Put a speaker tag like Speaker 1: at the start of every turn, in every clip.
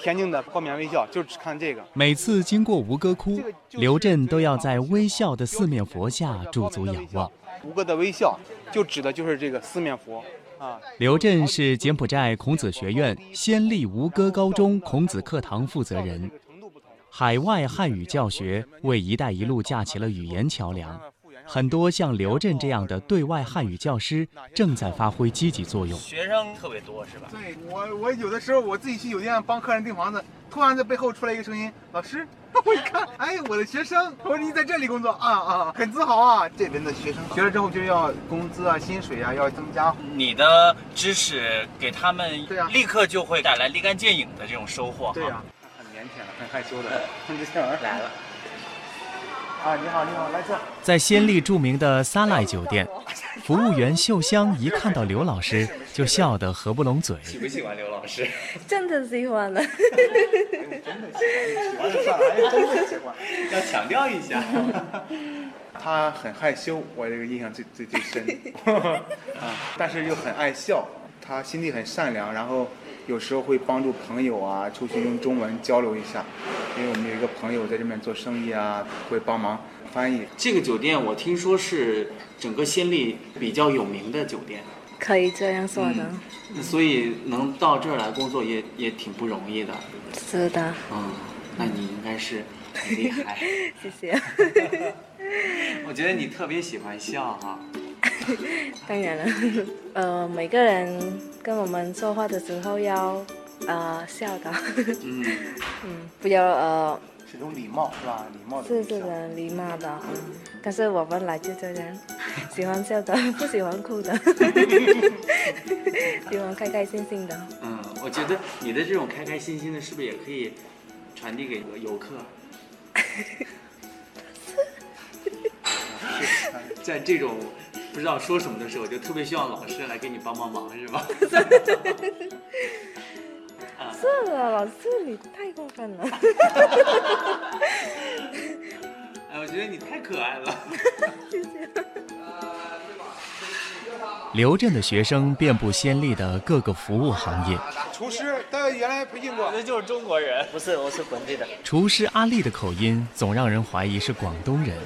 Speaker 1: 恬静的冠冕微笑，就只看这个。
Speaker 2: 每次经过吴哥窟，刘震都要在微笑的四面佛下驻足仰望。
Speaker 1: 吴哥的微笑就指的就是这个四面佛啊。
Speaker 2: 刘震是柬埔寨孔子学院先立吴哥高中孔子课堂负责人，海外汉语教学为“一带一路”架起了语言桥梁。很多像刘震这样的对外汉语教师正在发挥积极作用。
Speaker 3: 学生特别多是吧？
Speaker 4: 对我，我有的时候我自己去酒店帮客人订房子，突然在背后出来一个声音：“老师！” 我一看，哎，我的学生，我说你在这里工作啊啊，很自豪啊！这边的学生学了之后就要工资啊、薪水啊要增加。
Speaker 3: 你的知识给他们
Speaker 4: 对啊
Speaker 3: 立刻就会带来立竿见影的这种收获。
Speaker 4: 对呀、
Speaker 3: 啊，
Speaker 1: 很腼腆的，很害羞的，这小孩
Speaker 3: 来了，
Speaker 4: 啊，你好，你好，来这。
Speaker 2: 在暹粒著名的萨赖酒店，服务员秀香一看到刘老师就笑得合不拢嘴。
Speaker 3: 喜不喜欢刘老师？
Speaker 5: 真的喜欢 了。
Speaker 4: 喜欢就算了，哎，真的喜欢。
Speaker 3: 要强调一下。
Speaker 4: 他很害羞，我这个印象最最最深啊，但是又很爱笑，他心地很善良，然后有时候会帮助朋友啊，出去用中文交流一下，因为我们有一个朋友在这边做生意啊，会帮忙翻译。
Speaker 3: 这个酒店我听说是整个暹粒比较有名的酒店，
Speaker 5: 可以这样说
Speaker 3: 嗯
Speaker 5: 的，
Speaker 3: 所以能到这儿来工作也也挺不容易的。
Speaker 5: 是的，
Speaker 3: 嗯，那你应该是很厉害。
Speaker 5: 谢谢。
Speaker 3: 我觉得你特别喜欢笑哈、
Speaker 5: 当然了， 呃，每个人跟我们说话的时候要呃笑的，
Speaker 3: 嗯，
Speaker 5: 嗯，不要呃
Speaker 4: 是种礼貌是吧？礼貌的
Speaker 5: 是
Speaker 4: 微笑
Speaker 5: 这个礼貌的，嗯。但是我们来就这 样，喜欢笑的， 不喜欢哭的，喜欢开开心心的。
Speaker 3: 嗯，我觉得你的这种开开心心的，是不是也可以传递给游客？在这种不知道说什么的时候，就特别希望老师来给你帮帮忙，是吧？
Speaker 5: 是的，老师你太过分 了。
Speaker 3: 哎，我觉得你太可爱了。
Speaker 2: 刘震的学生遍布暹粒的各个服务行业，
Speaker 1: 厨师，他原来培训过，
Speaker 3: 那就是中国人，不是，我是本地的。
Speaker 2: 厨师阿丽的口音总让人怀疑是广东人。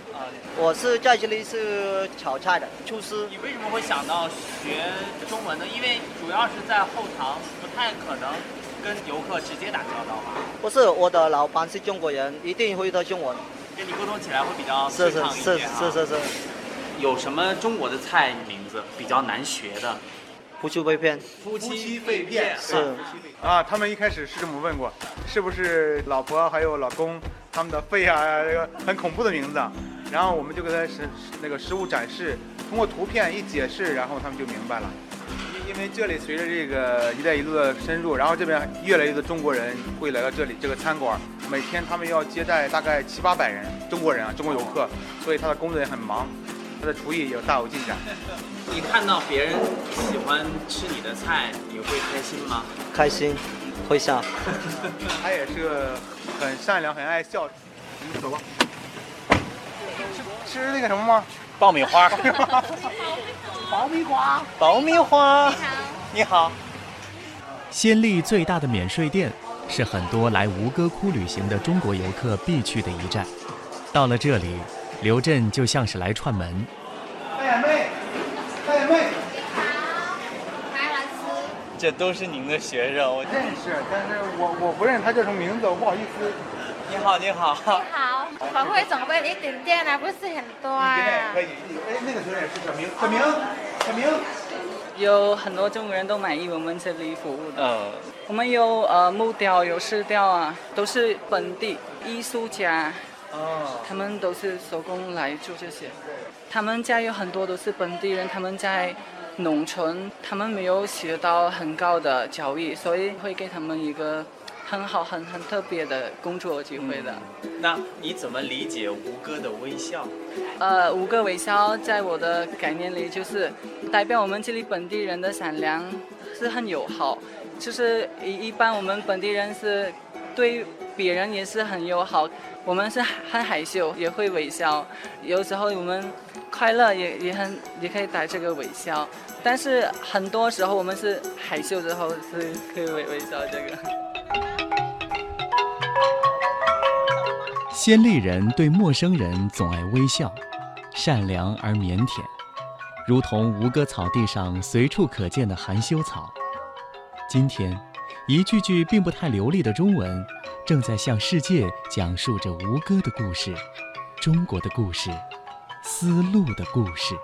Speaker 6: 我是在这里是炒菜的厨师，
Speaker 3: 你为什么会想到学中文呢？因为主要是在后堂，不太可能跟游客直接打交道啊吧？
Speaker 6: 不是我的老板是中国人，一定会的中文，
Speaker 3: 跟你沟通起来会比较
Speaker 6: 是
Speaker 3: 顺
Speaker 6: 是
Speaker 3: 畅一
Speaker 6: 是
Speaker 3: 些啊。
Speaker 6: 是是是，
Speaker 3: 有什么中国的菜名字比较难学的？
Speaker 6: 不去被骗，
Speaker 3: 夫
Speaker 4: 夫妻肺片
Speaker 6: 是
Speaker 4: 啊，他们一开始是这么问过，是不是老婆还有老公他们的肺啊，这个很恐怖的名字啊。然后我们就给他实那个实物展示，通过图片一解释，然后他们就明白了。因因为这里随着这个“一带一路”的深入，然后这边越来越多中国人会来到这里这个餐馆，每天他们要接待大概七八百人中国人啊，中国游客，所以他的工作也很忙，他的厨艺也大有进展。
Speaker 3: 你看到别人喜欢吃你的菜，你会开心吗？
Speaker 6: 开心，会笑。
Speaker 4: 他也是个很善良、很爱笑。你走吧。吃吃那个什么吗？
Speaker 3: 爆米花，
Speaker 4: 爆米花。
Speaker 3: 爆米花。你好，
Speaker 2: 暹粒最大的免税店是很多来吴哥窟旅行的中国游客必去的一站。到了这里，刘震就像是来串门。
Speaker 4: 大眼哎妹，大眼妹
Speaker 3: 这都是您的学生。我
Speaker 4: 认识，但是我我不认识她叫什么名字，我不好意思。
Speaker 3: 你好，你好。
Speaker 7: 好，我会准备一点点啊，不是很多啊。
Speaker 4: 以。哎，那个小也是小明，小明，小明。
Speaker 8: 有很多中国人都买艺文文这里服务的。
Speaker 3: 嗯，
Speaker 8: 我们有呃木雕，有石雕啊，都是本地艺术家，
Speaker 4: 啊，
Speaker 8: 他们都是手工来做这些。他们家有很多都是本地人，他们在农村，他们没有学到很高的教育，所以会给他们一个很好、很很特别的工作机会的。
Speaker 3: 那你怎么理解吴哥的微笑？
Speaker 8: 呃，五个微笑在我的概念里就是代表我们这里本地人的善良，是很友好。就是一一般我们本地人是对别人也是很友好，我们是很害羞，也会微笑。有时候我们快乐也也很也可以带这个微笑，但是很多时候我们是害羞之后是可以微微笑这个。
Speaker 2: 暹粒人对陌生人总爱微笑，善良而腼腆，如同吴哥草地上随处可见的含羞草。今天，一句句并不太流利的中文，正在向世界讲述着吴哥的故事，中国的故事，丝路的故事。